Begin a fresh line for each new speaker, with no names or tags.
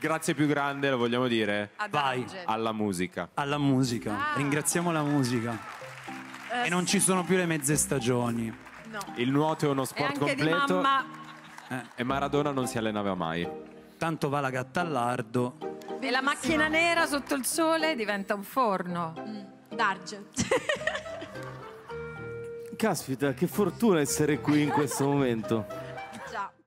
grazie più grande lo vogliamo dire
Ad
Vai.
Angelo.
alla musica.
alla musica.
Ah.
Ringraziamo la musica.
Eh,
E non ci sono più le mezze stagioni.
no.
Il nuoto è uno
E
sport
anche di
completo
mamma
e Maradona non si allenava mai.
Tanto va la gatta all'ardo.
e la macchina nera sotto il sole diventa un forno.
Darge.
Caspita, che fortuna essere qui in questo momento.